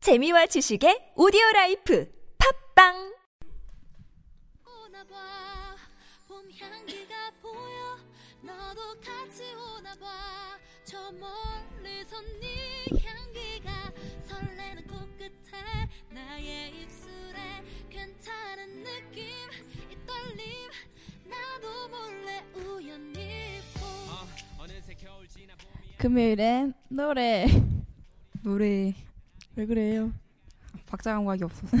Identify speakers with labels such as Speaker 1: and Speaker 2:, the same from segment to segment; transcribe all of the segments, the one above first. Speaker 1: 재미와 지식의 오디오 라이프 팝빵
Speaker 2: 오나 봐. 봄 향기가 보여. 너도 같이 오나 봐. 저 멀리서 네 향기가 설레는 코끝에 나의 입술에 괜찮은 느낌 이 떨림 나도 몰래 우연히 봄
Speaker 3: 금요일엔 노래
Speaker 4: 노래
Speaker 3: 왜 그래요?
Speaker 4: 박자 감각이 없어서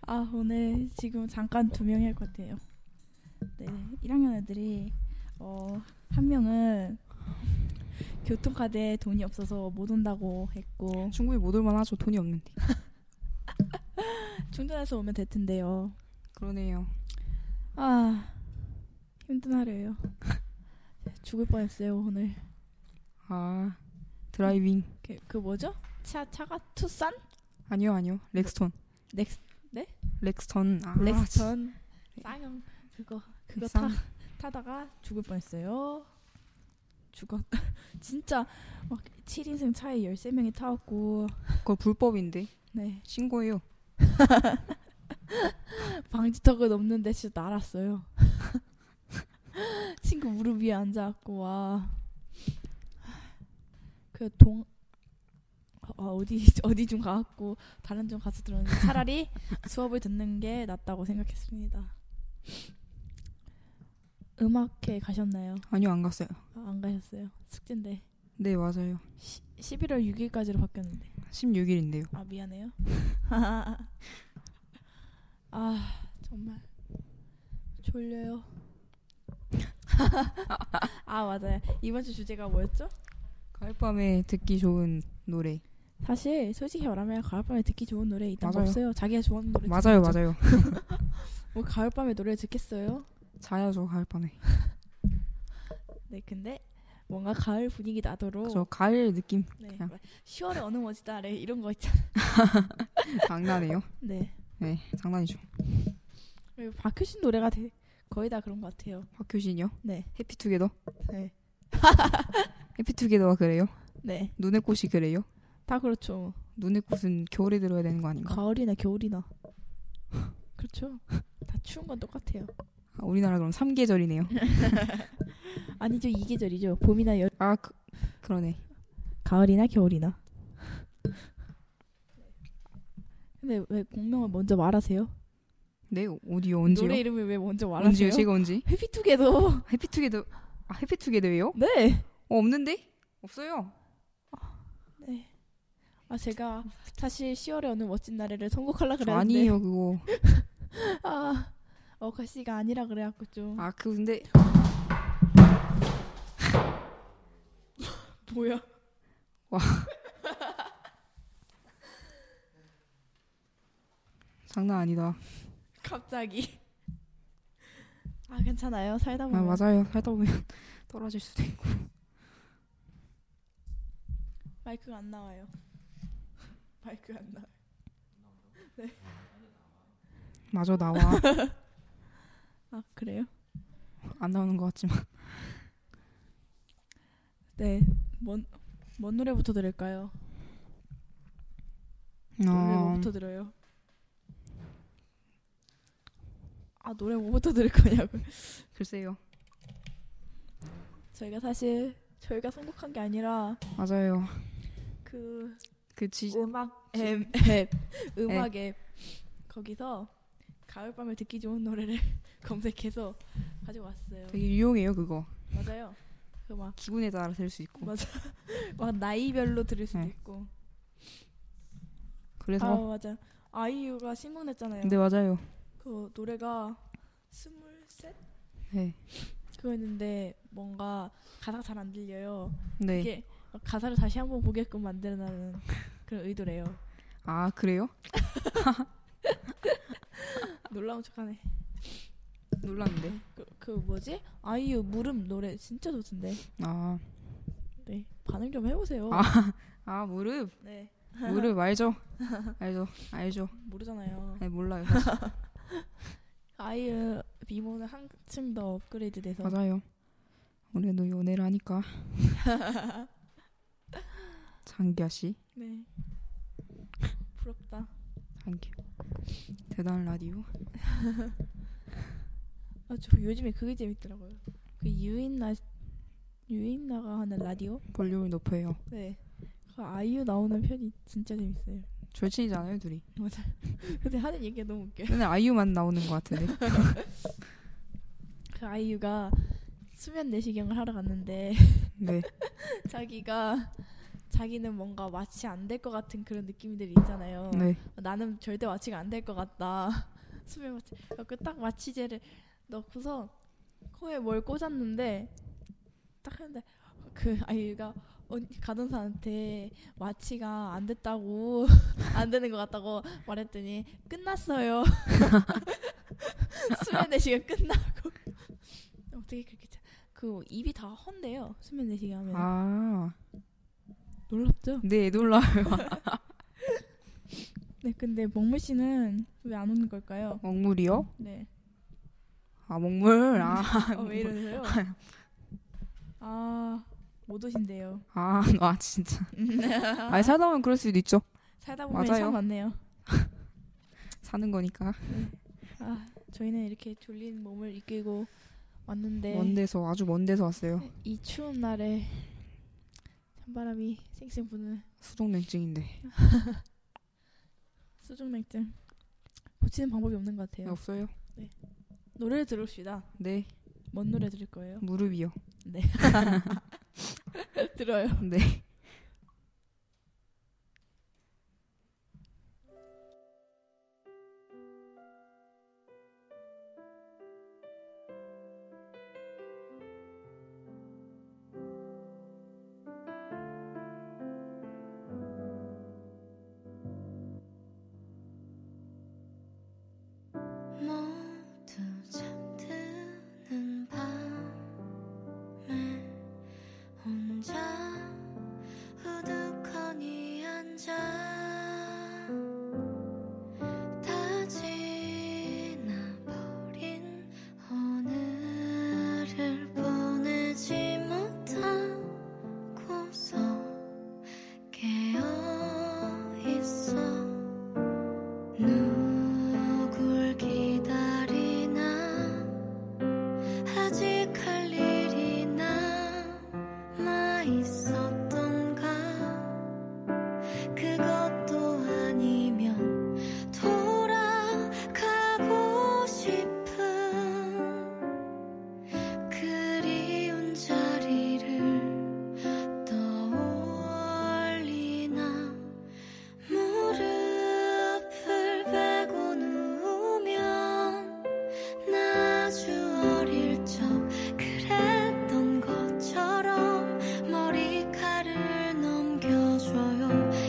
Speaker 3: 아 오늘 지금 잠깐 두 명이 할 것 같아요 네 1학년 애들이 어, 한 명은 교통카드에 돈이 없어서 못 온다고 했고
Speaker 4: 충분히 못 올만 하죠 돈이 없는데
Speaker 3: 충전해서 오면 될 텐데요
Speaker 4: 그러네요
Speaker 3: 아 힘든 하루예요 죽을 뻔했어요 오늘
Speaker 4: 아 드라이빙
Speaker 3: 그, 그 뭐죠? 차, 차가 투싼?
Speaker 4: 아니요 아니요 렉스턴
Speaker 3: 넥스,
Speaker 4: 렉스턴 아,
Speaker 3: 렉스턴 쌍용 그거 그거 타
Speaker 4: 쌍.
Speaker 3: 타다가 죽을 뻔했어요. 죽었. 진짜 막 7인승 차에 13명이 타왔고
Speaker 4: 그거 불법인데
Speaker 3: 네.
Speaker 4: 신고해요
Speaker 3: 방지턱을 넘는데 진짜 날았어요. 친구 무릎 위에 앉아갖고 와. 그 동 어, 어디 어디 좀 가갖고 다른 좀 가서 들었는데 차라리 수업을 듣는 게 낫다고 생각했습니다. 음악회 가셨나요?
Speaker 4: 아니요 안 갔어요
Speaker 3: 아, 안 가셨어요. 숙제인데
Speaker 4: 네 맞아요
Speaker 3: 시, 11월 6일까지로 바뀌었는데
Speaker 4: 16일인데요
Speaker 3: 아 미안해요. 아 정말 졸려요. 아 맞아요. 이번 주 주제가 뭐였죠?
Speaker 4: 가을밤에 듣기 좋은 노래
Speaker 3: 사실 솔직히 말하면 가을밤에 듣기 좋은 노래 이딴 거
Speaker 4: 맞아요.
Speaker 3: 없어요. 자기가 좋아하는 노래
Speaker 4: 맞아요
Speaker 3: 듣는 거죠.
Speaker 4: 맞아요
Speaker 3: 뭐 가을밤에 노래 듣겠어요?
Speaker 4: 자야죠 가을밤에
Speaker 3: 네 근데 뭔가 가을 분위기 나도록
Speaker 4: 저 가을 느낌
Speaker 3: 네,
Speaker 4: 그냥.
Speaker 3: 10월에 어느 멋이다 래 이런 거 있잖아.
Speaker 4: 장난해요
Speaker 3: 네.
Speaker 4: 네 장난이죠
Speaker 3: 그리고 박효신 노래가 되- 거의 다 그런 것 같아요.
Speaker 4: 박효신이요
Speaker 3: 네.
Speaker 4: 해피투게더
Speaker 3: 네.
Speaker 4: 해피투게더가 그래요
Speaker 3: 네.
Speaker 4: 눈의 꽃이 그래요
Speaker 3: 다 그렇죠.
Speaker 4: 눈의 꽃은 겨울에 들어야 되는 거 아닌가
Speaker 3: 가을이나 겨울이나 뭐? 그렇죠 다 추운 건 똑같아요
Speaker 4: 아, 우리나라 그럼 삼계절이네요
Speaker 3: 아니죠 이 계절이죠 봄이나 여름
Speaker 4: 아 그, 그러네
Speaker 3: 가을이나 겨울이나 근데 왜 공명을 먼저 말하세요?
Speaker 4: 네 오디오 언제요?
Speaker 3: 노래 이름을 왜 먼저 말하세요?
Speaker 4: 언제요? 제가 언제?
Speaker 3: 해피투게더
Speaker 4: 해피투게더 아 해피투게더예요?
Speaker 3: 네
Speaker 4: 어 없는데? 없어요.
Speaker 3: 아 제가 사실 10월에 어느 멋진 날에를 선곡하려 그랬는데
Speaker 4: 아니에요 그거.
Speaker 3: 아 어가씨가 아니라 그래갖고 좀
Speaker 4: 아 그 근데
Speaker 3: 뭐야
Speaker 4: 장난 아니다.
Speaker 3: 갑자기 아 괜찮아요 살다
Speaker 4: 아
Speaker 3: 보면
Speaker 4: 맞아요. 살다 보면 떨어질 수도 있고.
Speaker 3: 마이크가 안 나와요. 마이크가 안 나와요.
Speaker 4: 마저 나와
Speaker 3: 아, 그래요?
Speaker 4: 안 나오는 것 같지만
Speaker 3: 네. 뭔, 뭔 노래부터 들을까요? 노래
Speaker 4: 어,
Speaker 3: 뭐부터 들어요? 아, 노래 뭐부터 들을 거냐고.
Speaker 4: 글쎄요.
Speaker 3: 저희가 사실 저희가 선곡한 게 아니라
Speaker 4: 맞아요.
Speaker 3: 그
Speaker 4: 그지
Speaker 3: 음악 앱, 앱 음악 앱
Speaker 4: 네.
Speaker 3: 거기서 가을밤에 듣기 좋은 노래를 검색해서 가지고 왔어요.
Speaker 4: 되게 유용해요 그거.
Speaker 3: 맞아요. 그막
Speaker 4: 기분에 따라 될 수 있고.
Speaker 3: 맞- 막 나이별로 들을 수도
Speaker 4: 어. 네.
Speaker 3: 있고. 아
Speaker 4: 그래서
Speaker 3: 맞아 아이유가 신문했잖아요.
Speaker 4: 네 맞아요.
Speaker 3: 그 노래가 스물셋
Speaker 4: 네.
Speaker 3: 그거였는데 뭔가 가사가 잘 안 들려요.
Speaker 4: 네.
Speaker 3: 이게 가사를 다시 한번 보게끔 만들어내는 그런 의도래요.
Speaker 4: 아 그래요?
Speaker 3: 놀라운 척하네.
Speaker 4: 놀랐는데.
Speaker 3: 그, 그 뭐지 아이유 무름 노래 진짜 좋던데.
Speaker 4: 아아
Speaker 3: 네 반응 좀 해보세요.
Speaker 4: 아. 무릎
Speaker 3: 네
Speaker 4: 무릎 알죠? 알죠 알죠.
Speaker 3: 모르잖아요.
Speaker 4: 네 몰라요.
Speaker 3: 아이유 미모는 한층 더 업그레이드돼서
Speaker 4: 맞아요. 우리도 연애를 하니까. 장기하 씨,
Speaker 3: 네 부럽다.
Speaker 4: 땡큐 대단한 라디오
Speaker 3: 아, 저 요즘에 그게 재밌더라고요. 그 유인나 유인나가 하는 라디오?
Speaker 4: 볼륨을 높여요
Speaker 3: 네. 그 아이유 나오는 편이 진짜 재밌어요.
Speaker 4: 절친이잖아요 둘이
Speaker 3: 근데 하는 얘기가 너무 웃겨. 요
Speaker 4: 맨날 아이유만 나오는 것 같은데
Speaker 3: 그 아이유가 수면 내시경을 하러 갔는데
Speaker 4: 네
Speaker 3: 자기가 자기는 뭔가 마취 안 될 것 같은 그런 느낌들이 있잖아요.
Speaker 4: 네.
Speaker 3: 나는 절대 마취가 안 될 것 같다. 수면 마취. 그딱 마취제를 넣고서 코에 뭘 꽂았는데 딱 하는데 그 아이가 언- 간호사한테 마취가 안 됐다고 안 되는 것 같다고 말했더니 끝났어요. 수면 내시경 끝나고 어떻게 그렇게 자- 그 입이 다 헌데요 수면 내시경 하면
Speaker 4: 아,
Speaker 3: 놀랍죠?
Speaker 4: 네, 놀라.
Speaker 3: 네 근데 먹물 씨는 왜 안 오는 걸까요?
Speaker 4: 먹물이요?
Speaker 3: 네.
Speaker 4: 아, 먹물. 아,
Speaker 3: 아, 왜 이러세요? 아, 못 오신대요.
Speaker 4: 아, 아 진짜. 아, 살다 보면 그럴 수도 있죠.
Speaker 3: 살다 보면
Speaker 4: 맞아요.
Speaker 3: 참 많네요.
Speaker 4: 사는 거니까.
Speaker 3: 아, 저희는 이렇게 졸린 몸을 이끌고 왔는데
Speaker 4: 먼 데서 아주 먼 데서 왔어요.
Speaker 3: 이 추운 날에 찬바람이 쌩쌩 부는
Speaker 4: 수족냉증인데.
Speaker 3: 수족냉증 고치는 방법이 없는 것 같아요.
Speaker 4: 없어요?
Speaker 3: 노래를 들읍시다.
Speaker 4: 네.
Speaker 3: 뭔 노래 들을 거예요?
Speaker 4: 무릎이요.
Speaker 3: 들어요.
Speaker 4: 네.
Speaker 2: 모두 잠드는 밤에 혼자 우두커니 앉아 다 지나버린 오늘을 보내지 못하고서 깨어있어 누굴 기다리나 아직 할 일이 남아 있었던가 그것도 아니면 돌아가고 싶은 그리운 자리를 떠올리나 무릎을 베고 누우면 나 아주 어릴 적 그랬던 것처럼 머리카락을 넘겨줘요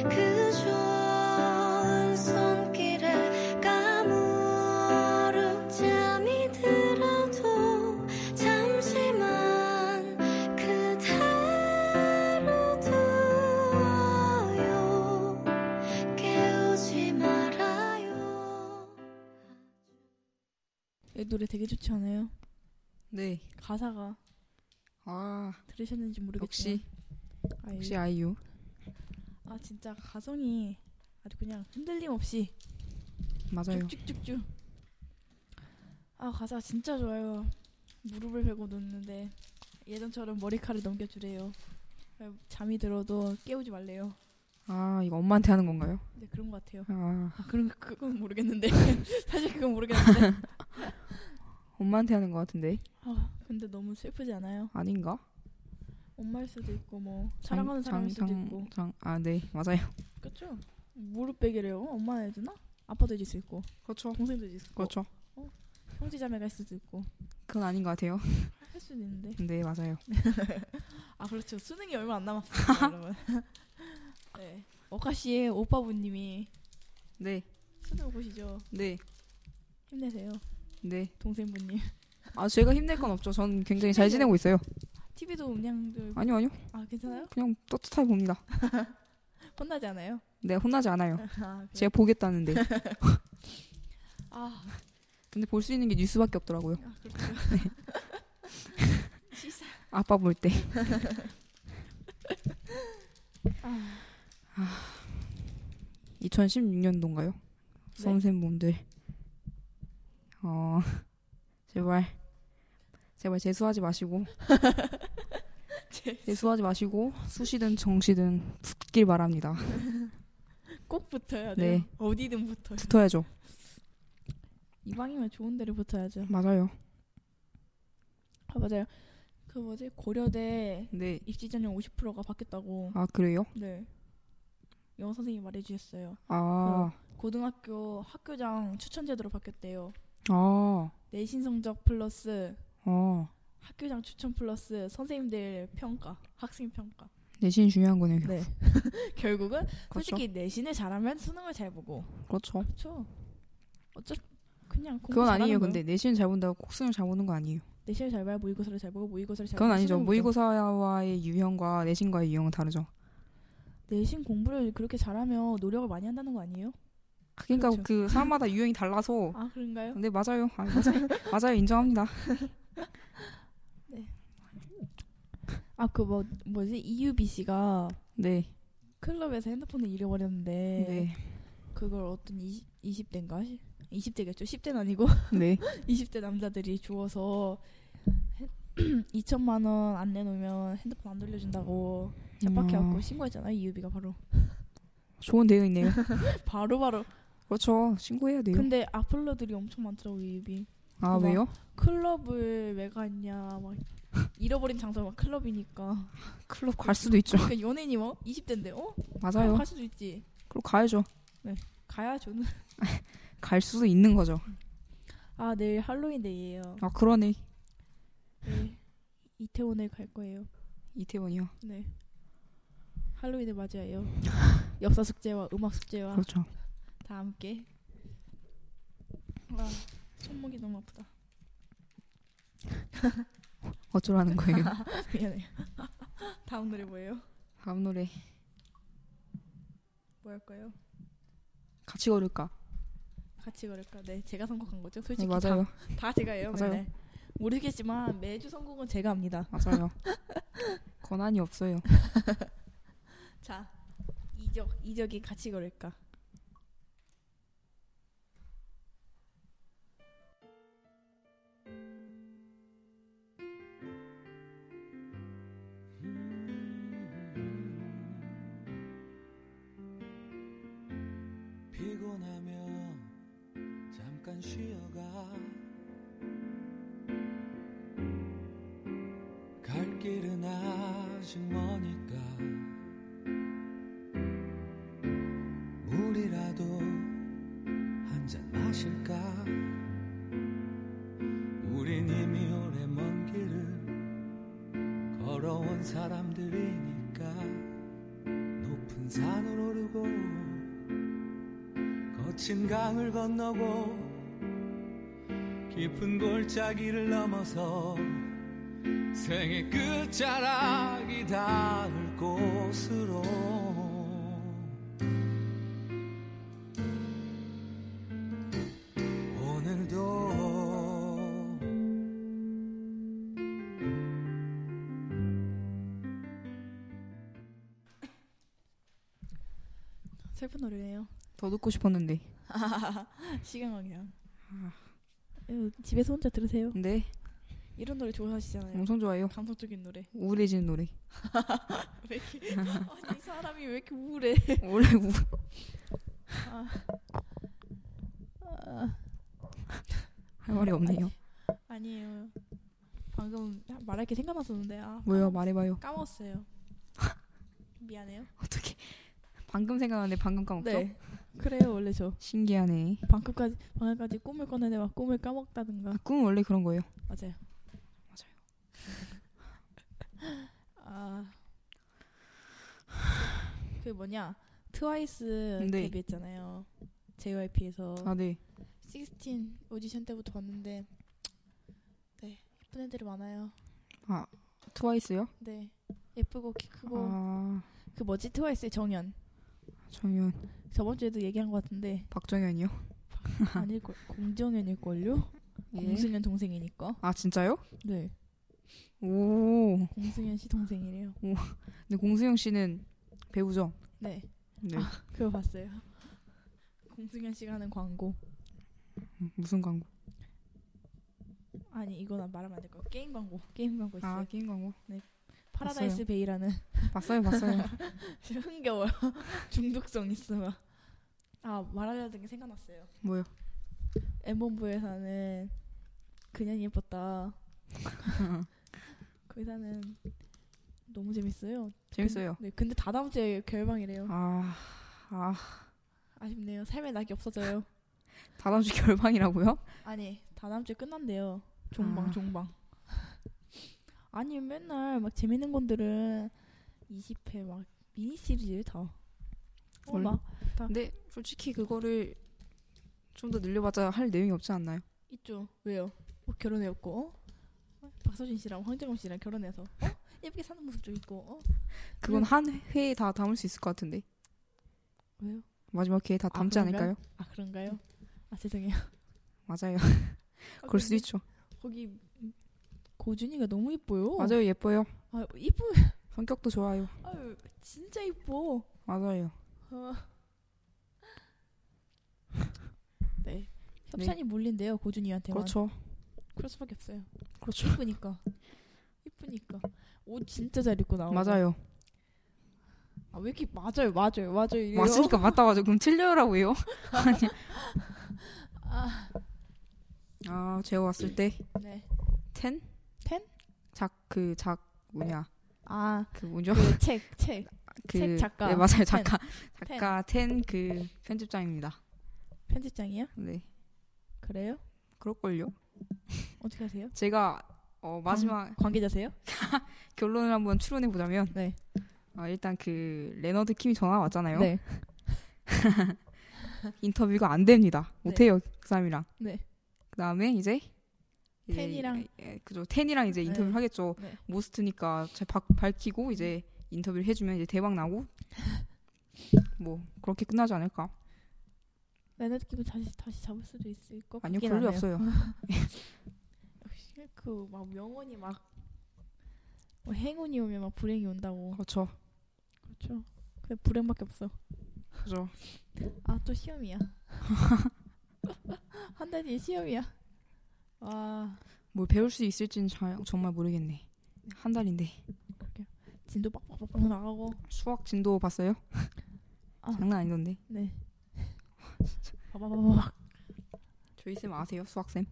Speaker 2: 그 좋은 손길에 까무룩 잠이 들어도 잠시만 그대로 두어요 깨우지 말아요.
Speaker 3: 이 노래 되게 좋지 않아요?
Speaker 4: 네.
Speaker 3: 가사가
Speaker 4: 아,
Speaker 3: 네. 들으셨는지 모르겠지만
Speaker 4: 역시
Speaker 3: 아,
Speaker 4: 역시 아이유.
Speaker 3: 아 진짜 가성이 아주 그냥 흔들림 없이
Speaker 4: 맞아요.
Speaker 3: 쭉쭉쭉쭉. 아 가사 진짜 좋아요. 무릎을 베고 눕는데 예전처럼 머리카락을 넘겨주래요. 잠이 들어도 깨우지 말래요.
Speaker 4: 아, 이거 엄마한테 하는 건가요?
Speaker 3: 네 그런 것 같아요.
Speaker 4: 아,
Speaker 3: 아 그럼 그건 모르겠는데 사실 그건 모르겠는데.
Speaker 4: 엄마한테 하는 것 같은데.
Speaker 3: 아 근데 너무 슬프지 않아요?
Speaker 4: 아닌가?
Speaker 3: 엄마일 수도 있고 뭐
Speaker 4: 장-
Speaker 3: 사랑하는 사람일 수도
Speaker 4: 장-
Speaker 3: 있고.
Speaker 4: 장- 아, 네. 맞아요.
Speaker 3: 그렇죠. 무릎 베기래요. 엄마 해주나? 아빠도 해줄 수 있고
Speaker 4: 그렇죠.
Speaker 3: 동생도 해줄 수 있고
Speaker 4: 그렇죠.
Speaker 3: 형제자매가 있을 수도 있고
Speaker 4: 그건 아닌 것 같아요.
Speaker 3: 할 수도 있는데.
Speaker 4: 네, 맞아요.
Speaker 3: 아 그렇죠 수능이 얼마 안 남았어요 여러분 네 오카씨의 오빠분님이
Speaker 4: 네.
Speaker 3: 수능 보시죠
Speaker 4: 네.
Speaker 3: 힘내세요
Speaker 4: 네.
Speaker 3: 동생분님
Speaker 4: 아 제가 힘낼 건 없죠. 전 굉장히 잘 지내고 있어요.
Speaker 3: TV도 음량 좀
Speaker 4: 아니요 아니요.
Speaker 3: 아, 괜찮아요?
Speaker 4: 그냥 떳떳하게 봅니다.
Speaker 3: 혼나지 않아요?
Speaker 4: 네 혼나지 않아요.
Speaker 3: 아, 그래요?
Speaker 4: 제가 보겠다는데.
Speaker 3: 아,
Speaker 4: 근데 볼 수 있는 게 뉴스밖에 없더라고요.
Speaker 3: 아 그렇군요 시사
Speaker 4: 아빠 볼 때. 아.
Speaker 3: 아,
Speaker 4: 2016년도인가요?
Speaker 3: 네.
Speaker 4: 선생님분들. 어, 제발. 제발 재수하지 마시고. 재수하지 마시고, 수시든 정시든 붙길 바랍니다.
Speaker 3: 꼭 붙어야 돼요.
Speaker 4: 네.
Speaker 3: 어디든 붙어요.
Speaker 4: 붙어야죠.
Speaker 3: 이방이면 좋은 데를 붙어야죠.
Speaker 4: 맞아요.
Speaker 3: 아 맞아요. 그 뭐지 고려대
Speaker 4: 네.
Speaker 3: 입시 전형 50%가 바뀌었다고.
Speaker 4: 아, 그래요?
Speaker 3: 네. 영어 선생님이 말해주셨어요.
Speaker 4: 아,
Speaker 3: 고등학교 학교장 추천 제도로 바뀌었대요.
Speaker 4: 아,
Speaker 3: 내신 성적 플러스
Speaker 4: 어.
Speaker 3: 학교장 추천 플러스 선생님들 평가, 학생 평가.
Speaker 4: 내신이 중요한 거네요.
Speaker 3: 네. 결국은
Speaker 4: 그렇죠.
Speaker 3: 솔직히 내신을 잘하면 수능을 잘 보고.
Speaker 4: 그렇죠.
Speaker 3: 그렇죠. 어쩌 그냥 공부
Speaker 4: 그건
Speaker 3: 잘하는
Speaker 4: 아니에요.
Speaker 3: 거예요.
Speaker 4: 근데 내신 잘 본다고 꼭 수능 잘 보는 거 아니에요.
Speaker 3: 내신을 잘 봐야 모의고사를 잘 보고 모의고사를 잘
Speaker 4: 그건
Speaker 3: 보고
Speaker 4: 아니죠.
Speaker 3: 수능을 보죠.
Speaker 4: 모의고사와의 유형과 내신과의 유형은 다르죠.
Speaker 3: 내신 공부를 그렇게 잘하면 노력을 많이 한다는 거 아니에요?
Speaker 4: 그러니까 그
Speaker 3: 그렇죠.
Speaker 4: 사람마다 유형이 달라서.
Speaker 3: 아 그런가요?
Speaker 4: 근데 맞아요. 아, 맞아요. 맞아요. 인정합니다.
Speaker 3: 아 그 뭐 뭐지 이유비 씨가
Speaker 4: 네.
Speaker 3: 클럽에서 핸드폰을
Speaker 4: 네.
Speaker 3: 잃어버렸는데
Speaker 4: 네.
Speaker 3: 그걸 어떤 20, 20대인가? 20대겠죠. 10대는 아니고
Speaker 4: 네.
Speaker 3: 20대 남자들이 주워서 핸- 2천만 원 안 내놓으면 핸드폰 안 돌려준다고 협박해갖고
Speaker 4: 음.
Speaker 3: 신고했잖아요. 이유비가 바로
Speaker 4: 좋은 대응이네요.
Speaker 3: 바로 바로.
Speaker 4: 그렇죠. 신고해야 돼요.
Speaker 3: 근데 악플러들이 엄청 많더라고 이유비.
Speaker 4: 아,
Speaker 3: 그거
Speaker 4: 왜요?
Speaker 3: 클럽을 왜 갔냐 막 잃어버린 장소가 막 클럽이니까.
Speaker 4: 클럽 갈 수도 있죠.
Speaker 3: 그러니까 연예인이 뭐 20대인데 어?
Speaker 4: 맞아요.
Speaker 3: 갈 수도 있지.
Speaker 4: 클럽 가야죠.
Speaker 3: 가야 저는.
Speaker 4: 갈 수도 있는 거죠.
Speaker 3: 아 내일 할로윈데이예요.
Speaker 4: 아, 그러네.
Speaker 3: 네. 이태원에 갈 거예요.
Speaker 4: 이태원이요.
Speaker 3: 네. 할로윈을 맞이하여 역사 숙제와 음악 숙제와
Speaker 4: 그렇죠.
Speaker 3: 다 함께. 아, 손목이 너무 아프다.
Speaker 4: 어쩌라는 거예요.
Speaker 3: 미안해요. 다음 노래 뭐예요?
Speaker 4: 다음 노래
Speaker 3: 뭐 할까요?
Speaker 4: 같이 걸을까?
Speaker 3: 같이 걸을까? 네, 제가 선곡한 거죠.
Speaker 4: 네,
Speaker 3: 솔직히
Speaker 4: 맞아요.
Speaker 3: 다, 다 제가 해요.
Speaker 4: 맞아요.
Speaker 3: 맨날. 모르겠지만 매주 선곡은 제가 합니다.
Speaker 4: 맞아요. 권한이 없어요.
Speaker 3: 자, 이적 이적이 같이 걸을까?
Speaker 5: 피곤하면 잠깐 쉬어가 갈 길은 아직 머니까 물이라도 한 잔 마실까 우린 이미 오래 먼 길을 걸어온 사람들이니까 높은 산을 오르고 거친 강을 건너고 깊은 골짜기를 넘어서 생의 끝자락이 닿을 곳으로 오늘도
Speaker 3: 슬픈 노래네요.
Speaker 4: 더 듣고 싶었는데.
Speaker 3: 시간 관계랑. 에휴, 아. 음, 집에서 혼자 들으세요. 음.
Speaker 4: 근데
Speaker 3: 이런 노래 좋아하시잖아요.
Speaker 4: 엄청 좋아요.
Speaker 3: 감성적인 노래.
Speaker 4: 우울해지는 노래.
Speaker 3: 왜 이렇게 아니 이 사람이 왜 이렇게 우울해?
Speaker 4: 원래 우
Speaker 3: 아,
Speaker 4: 할 말이 없네요.
Speaker 3: 아니에요. 방금 말할 게 생각났었는데 아
Speaker 4: 뭐요? 말해봐요.
Speaker 3: 까먹었어요. 미안해요.
Speaker 4: 어떻게? 방금 생각하는데 방금 까먹죠?
Speaker 3: 네. 그래요 원래 저
Speaker 4: 신기하네.
Speaker 3: 방금까지 방금까지 꿈을 꿨는데 막 꿈을 까먹다든가
Speaker 4: 아, 꿈은 원래 그런 거예요.
Speaker 3: 맞아요.
Speaker 4: 맞아요.
Speaker 3: 아. 그 뭐냐 트와이스
Speaker 4: 네.
Speaker 3: 데뷔했잖아요. JYP에서
Speaker 4: 아 네.
Speaker 3: 16 오디션 때부터 봤는데 네 예쁜 애들이 많아요.
Speaker 4: 트와이스요?
Speaker 3: 네 예쁘고 키 크고
Speaker 4: 아
Speaker 3: 그 뭐지 트와이스의 정연
Speaker 4: 정연,
Speaker 3: 저번 주에도 얘기한 것 같은데
Speaker 4: 박정연이요?
Speaker 3: 아닐 걸 공정연일 걸요?
Speaker 4: 예.
Speaker 3: 공승연 동생이니까
Speaker 4: 아 진짜요?
Speaker 3: 네
Speaker 4: 오.
Speaker 3: 공승연 씨 동생이래요.
Speaker 4: 근데 공수영 씨는 배우죠?
Speaker 3: 네
Speaker 4: 네.
Speaker 3: 그거 봤어요. 공승현 씨가 하는 광고.
Speaker 4: 무슨 광고?
Speaker 3: 아니 이거는 말하면 안 될 거. 게임 광고. 게임 광고 있어요.
Speaker 4: 아 게임 광고.
Speaker 3: 파라다이스
Speaker 4: 봤어요.
Speaker 3: 베이라는
Speaker 4: 봤어요 봤어요.
Speaker 3: 흥겨워요. 중독성 있어 막. 아 말하려던 게 생각났어요.
Speaker 4: 뭐요?
Speaker 3: 엠본부에서는 그냥 예뻤다. 거기서는 너무 재밌어요.
Speaker 4: 재밌어요.
Speaker 3: 네, 근데 다 다음 주에 결방이래요.
Speaker 4: 아, 아
Speaker 3: 아쉽네요. 삶의 낙이 없어져요.
Speaker 4: 다다음 주 결방이라고요?
Speaker 3: 아니 다 다음 주에 끝난대요. 종방
Speaker 4: 아.
Speaker 3: 종방. 아니 맨날 막 재밌는 건들은 20회 막 미니 시리즈 다. 어,
Speaker 4: 원래-
Speaker 3: 막
Speaker 4: 근데 솔직히 그거를 좀 더 늘려봤자 할 내용이 없지 않나요?
Speaker 3: 있죠. 왜요? 어, 결혼해갖고 어? 박서진 씨랑 황정음 씨랑 결혼해서 어? 예쁘게 사는 모습도 있고 어?
Speaker 4: 그건 한 회에 다 담을 수 있을 것 같은데
Speaker 3: 왜요?
Speaker 4: 마지막 회에 다 담지
Speaker 3: 그런가요?
Speaker 4: 않을까요?
Speaker 3: 아 그런가요? 아 죄송해요. 아,
Speaker 4: 맞아요. 그럴 수도
Speaker 3: 근데
Speaker 4: 있죠.
Speaker 3: 거기 고준이가 너무 이뻐요.
Speaker 4: 맞아요 예뻐요.
Speaker 3: 아 이뻐.
Speaker 4: 성격도 좋아요.
Speaker 3: 아유 진짜 이뻐.
Speaker 4: 맞아요.
Speaker 3: 어. 네. 협찬이 몰린대요 고준이한테만.
Speaker 4: 그렇죠.
Speaker 3: 그럴 수밖에 없어요.
Speaker 4: 그렇죠.
Speaker 3: 이쁘니까. 이쁘니까. 옷 진짜 잘 입고 나와.
Speaker 4: 맞아요.
Speaker 3: 아왜 이렇게 맞아요, 맞아요, 맞아요. 네. 이래요?
Speaker 4: 맞으니까 맞다 맞아. 그럼 틀려요라고 해요? 아니.
Speaker 3: 아,
Speaker 4: 아 제가 왔을 때
Speaker 3: 네.
Speaker 4: 텐?
Speaker 3: 텐?
Speaker 4: 작 그 작 뭐냐
Speaker 3: 아,
Speaker 4: 그 뭐죠?
Speaker 3: 그 책, 책.
Speaker 4: 그
Speaker 3: 책 작가.
Speaker 4: 네 맞아요
Speaker 3: 텐.
Speaker 4: 작가 작가 텐 그 편집장입니다.
Speaker 3: 편집장이요?
Speaker 4: 네
Speaker 3: 그래요?
Speaker 4: 그럴걸요.
Speaker 3: 어떻게 하세요?
Speaker 4: 제가
Speaker 3: 음.
Speaker 4: 어, 마지막
Speaker 3: 관계자세요?
Speaker 4: 결론을 한번 추론해 보자면
Speaker 3: 네.
Speaker 4: 아, 일단 그 레너드 킴이 전화 왔잖아요.
Speaker 3: 네.
Speaker 4: 인터뷰가 안 됩니다.
Speaker 3: 네.
Speaker 4: 못해요 그 사람이랑.
Speaker 3: 네.
Speaker 4: 그다음에 이제 이제
Speaker 3: 텐이랑-
Speaker 4: 예, 그죠 텐이랑 이제 인터뷰를
Speaker 3: 네.
Speaker 4: 하겠죠.
Speaker 3: 네.
Speaker 4: 모스트니까 잘 박- 밝히고 이제 인터뷰를 해주면 이제 대박 나고 뭐 그렇게 끝나지 않을까?
Speaker 3: 레너드 기분 다시 다시 잡을 수도 있을 것
Speaker 4: 아니요
Speaker 3: 같긴
Speaker 4: 그럴 리
Speaker 3: 하네요.
Speaker 4: 없어요.
Speaker 3: 그막 명언이 막 어, 행운이 오면 막 불행이 온다고.
Speaker 4: 그렇죠.
Speaker 3: 그렇죠. 근데 불행밖에 없어.
Speaker 4: 그죠.
Speaker 3: 아 또 시험이야. 한 달 뒤에 시험이야. 와
Speaker 4: 뭘 배울 수 있을지는 잘- 정말 모르겠네. 한 달인데
Speaker 3: 진도 빡빡빡빡 나가고.
Speaker 4: 수학 진도 봤어요?
Speaker 3: 아.
Speaker 4: 장난 아니던데.
Speaker 3: 네. 봐봐봐봐.
Speaker 4: 조이 쌤 아세요? 수학 쌤?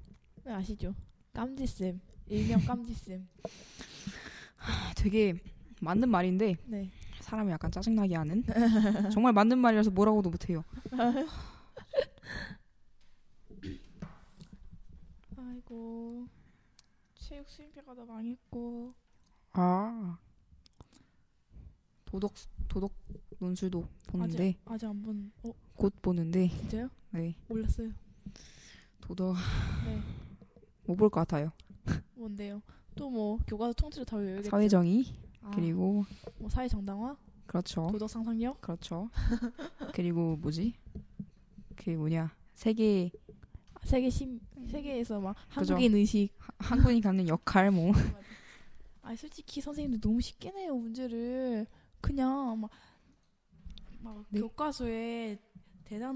Speaker 3: 네, 아시죠? 깜지 쌤. 일명 깜지 쌤.
Speaker 4: 아, 되게 맞는 말인데
Speaker 3: 네.
Speaker 4: 사람을 약간 짜증나게 하는 정말 맞는 말이라서 뭐라고도 못해요.
Speaker 3: 아이고 체육 수행비가 다 망했고
Speaker 4: 아 도덕 도덕 논술도 보는데
Speaker 3: 아직 아직 안 본. 어
Speaker 4: 곧 보는데
Speaker 3: 진짜요?
Speaker 4: 네
Speaker 3: 몰랐어요.
Speaker 4: 도덕
Speaker 3: 네.
Speaker 4: 못 볼 것 같아요.
Speaker 3: 뭔데요? 또 뭐 교과서 통째로 다 외우겠죠.
Speaker 4: 사회정의
Speaker 3: 아,
Speaker 4: 그리고
Speaker 3: 뭐 사회 정당화,
Speaker 4: 그렇죠
Speaker 3: 도덕 상상력,
Speaker 4: 그렇죠 그리고 뭐지 그 뭐냐 세계
Speaker 3: 아, 세계 심 세계에서 막
Speaker 4: 그죠.
Speaker 3: 한국인 의식.
Speaker 4: 하- 한국인이 갖는 역할 뭐
Speaker 3: 아 솔직히 선생님들 너무 쉽게 내요 문제를. 그냥 막, 막
Speaker 4: 네.
Speaker 3: 교과서에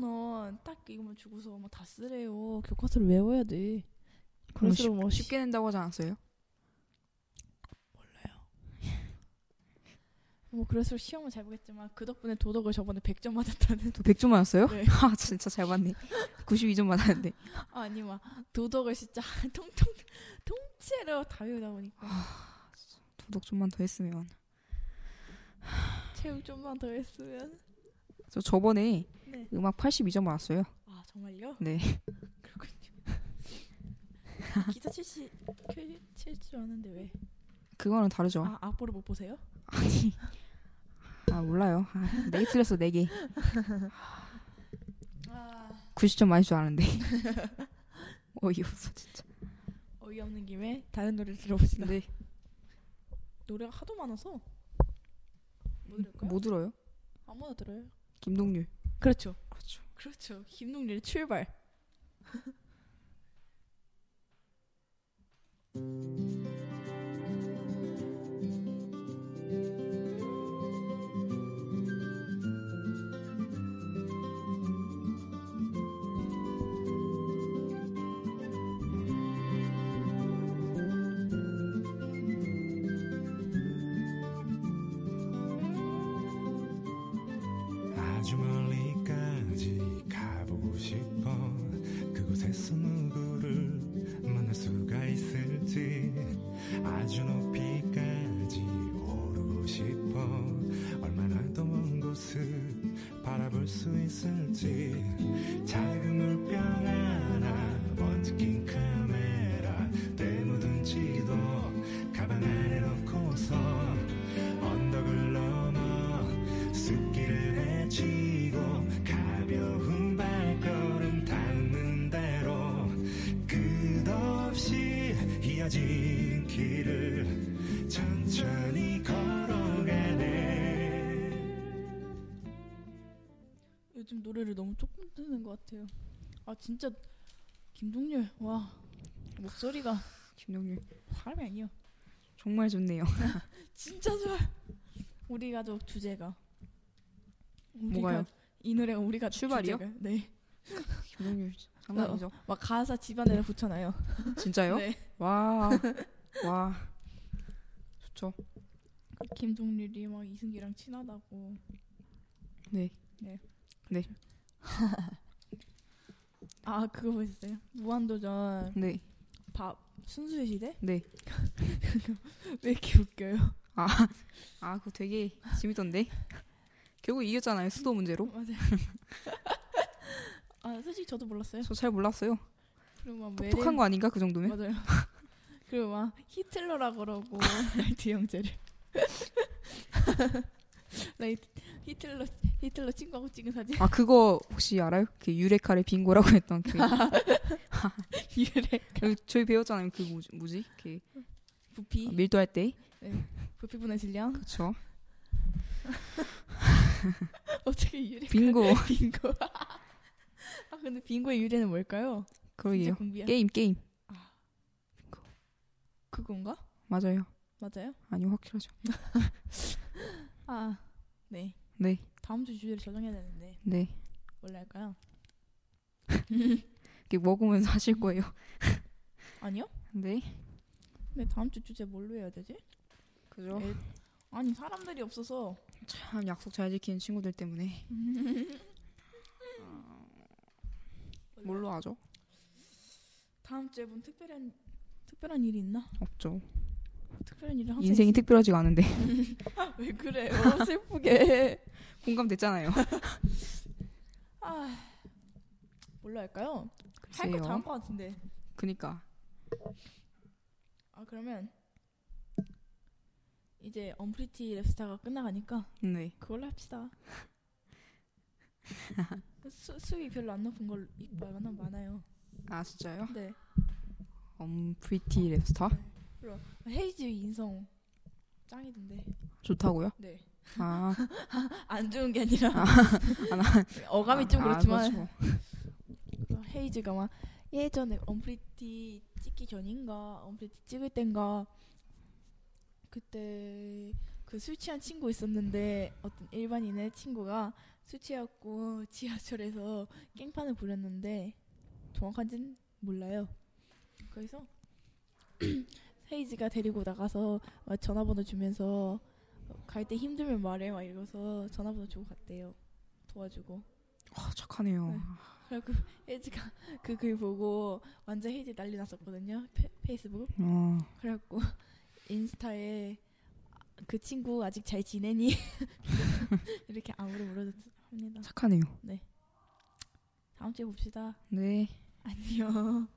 Speaker 3: 대단원 딱 이거만 주고서 막 다 쓰래요. 교과서를 외워야 돼.
Speaker 4: 그럼
Speaker 3: 그럴수록 뭐
Speaker 4: 쉽게 낸다고 하지 않았어요?
Speaker 3: 뭐 그럴수록 시험은 잘 보겠지만 그 덕분에 도덕을 저번에 100점 맞았다는
Speaker 4: 또 100점 맞았어요?
Speaker 3: 네.
Speaker 4: 아 진짜 잘 맞네 92점 맞았는데
Speaker 3: 아니 막 도덕을 진짜 통통 통째로 다 외우다 보니까
Speaker 4: 도덕 좀만 더 했으면
Speaker 3: 체육 좀만 더 했으면
Speaker 4: 저 저번에
Speaker 3: 네.
Speaker 4: 음악 82점 맞았어요
Speaker 3: 아 정말요?
Speaker 4: 네
Speaker 3: 그렇군요 기사 칠시 칠줄 아는데 왜?
Speaker 4: 그거는 다르죠
Speaker 3: 아 악보를 못 보세요?
Speaker 4: 아니. 아, 몰라요. 아, 4개 틀렸어, 4개.
Speaker 3: 아
Speaker 4: 90점 맞을 줄 아는데. 어이없어, 진짜. 네.
Speaker 3: 어이없는 김에 다른 노래를 들어봅시다
Speaker 4: 근데
Speaker 3: 네. 노래가 하도 많아서 뭐 들을까요?
Speaker 4: 뭐 들어요?
Speaker 3: 아무나 들어요
Speaker 4: 김동률.
Speaker 3: 그렇죠
Speaker 4: 그렇죠.
Speaker 3: 그렇죠 김동률의 출발
Speaker 5: 아주 멀리까지 가보고 싶어 그곳에서 누구를 만날 수가 있을지 아주 높이까지 오르고 싶어 얼마나 더 먼 곳을 바라볼 수 있을지 작은 물병 하나 번지킨 카메라 때묻은 지도 가방 안에 넣고서 언덕을 넘어 숲길을 헤치고 가벼운 발걸음 닿는 대로 끝없이 이어진 길을 천천히 걸어가네
Speaker 3: 요즘 노래를 너무 조금 듣는 것 같아요. 아 진짜 김동률 와 목소리가
Speaker 4: 김동률
Speaker 3: 사람이 아니요.
Speaker 4: 정말 좋네요.
Speaker 3: 진짜 좋아. 우리 가족 주제가 우리가
Speaker 4: 뭐가요?
Speaker 3: 이 노래가 우리가
Speaker 4: 출발이요?
Speaker 3: 주제가. 네.
Speaker 4: 김동률 장난 아니죠?
Speaker 3: 막 가사 집안에다 붙여놔요.
Speaker 4: 진짜요?
Speaker 3: 네.
Speaker 4: 와, 와, 좋죠.
Speaker 3: 김동률이 막 이승기랑 친하다고.
Speaker 4: 네.
Speaker 3: 네.
Speaker 4: 네.
Speaker 3: 아 그거 보셨어요? 무한도전
Speaker 4: 네,
Speaker 3: 밥 순수의 시대?
Speaker 4: 네.
Speaker 3: 왜 이렇게 웃겨요?
Speaker 4: 아, 아, 그거 되게 재밌던데. 결국 이겼잖아요, 수도 문제로.
Speaker 3: 맞아요. 아 솔직히 저도 몰랐어요.
Speaker 4: 저 잘 몰랐어요.
Speaker 3: 그리고 막
Speaker 4: 똑똑한 거 아닌가 그 정도면?
Speaker 3: 맞아요. 그리고 막 히틀러라 그러고 라이트 형제를 라이트 히틀러 히틀러 친구하고 찍은 사진
Speaker 4: 아 그거 혹시 알아요? 그 유레카를 빙고라고 했던 그
Speaker 3: 유래
Speaker 4: 그 저희 배웠잖아요. 그 뭐지? 뭐지? 그
Speaker 3: 부피
Speaker 4: 밀도할 때
Speaker 3: 부피분의 질량
Speaker 4: 그렇죠.
Speaker 3: 어떻게 유래
Speaker 4: 빙고
Speaker 3: 빙고 아 근데 빙고의 유래는 뭘까요? 진짜
Speaker 4: 그러게요.
Speaker 3: 궁금해.
Speaker 4: 게임 게임
Speaker 3: 그건가?
Speaker 4: 맞아요.
Speaker 3: 맞아요?
Speaker 4: 아니 확실하죠.
Speaker 3: 아 네.
Speaker 4: 네
Speaker 3: 다음 주 주제를 정해야 되는데
Speaker 4: 네.
Speaker 3: 원래 할까요?
Speaker 4: 이렇게 먹으면서 하실 거예요.
Speaker 3: 아니요?
Speaker 4: 네
Speaker 3: 근데 다음 주 주제 뭘로 해야 되지?
Speaker 4: 그죠.
Speaker 3: 애- 아니 사람들이 없어서
Speaker 4: 참 약속 잘 지키는 친구들 때문에 아, 뭘로 하죠?
Speaker 3: 다음 주에 뭔 특별한 특별한 일이 있나?
Speaker 4: 없죠.
Speaker 3: 특별한 일을 항상 아,
Speaker 4: 인생이 특별하지가 않은데
Speaker 3: 왜 그래요? 슬프게.
Speaker 4: 공감됐잖아요.
Speaker 3: 아, 뭘로 할까요? 할 거 다 한
Speaker 4: 글쎄요.
Speaker 3: 것 같은데.
Speaker 4: 그니까
Speaker 3: 아 그러면 이제 언프리티 랩스타가 끝나가니까
Speaker 4: 네
Speaker 3: 그걸로 합시다. 수, 수익이 별로 안 높은 걸 말만 많아요.
Speaker 4: 아 진짜요?
Speaker 3: 네.
Speaker 4: 엄프리티 랩스타
Speaker 3: 헤이즈 인성 짱이던데.
Speaker 4: 좋다고요?
Speaker 3: 네.
Speaker 4: 아,
Speaker 3: 안 좋은 게 아니라
Speaker 4: 아,
Speaker 3: 어감이 좀
Speaker 4: 아,
Speaker 3: 그렇지만
Speaker 4: 그렇죠.
Speaker 3: 헤이즈가 막 예전에 언프리티 찍기 전인가 언프리티 찍을 땐가 그때 그 술 취한 친구 있었는데 어떤 일반인의 친구가 술 취해갖고 지하철에서 깽판을 부렸는데 정확한지는 몰라요. 그래서 헤이즈가 데리고 나가서 막 전화번호 주면서 갈 때 힘들면 말해 막 이러면서 전화번호 주고 갔대요. 도와주고.
Speaker 4: 아, 착하네요.
Speaker 3: 네. 그리고 헤이즈가 그 글 보고 완전 헤이즈 난리 났었거든요 페, 페이스북
Speaker 4: 어,
Speaker 3: 그래갖고 인스타에 그 친구 아직 잘 지내니 이렇게 아무를 물어합니다
Speaker 4: 착하네요.
Speaker 3: 다음 주에 봅시다
Speaker 4: 네.
Speaker 3: 안녕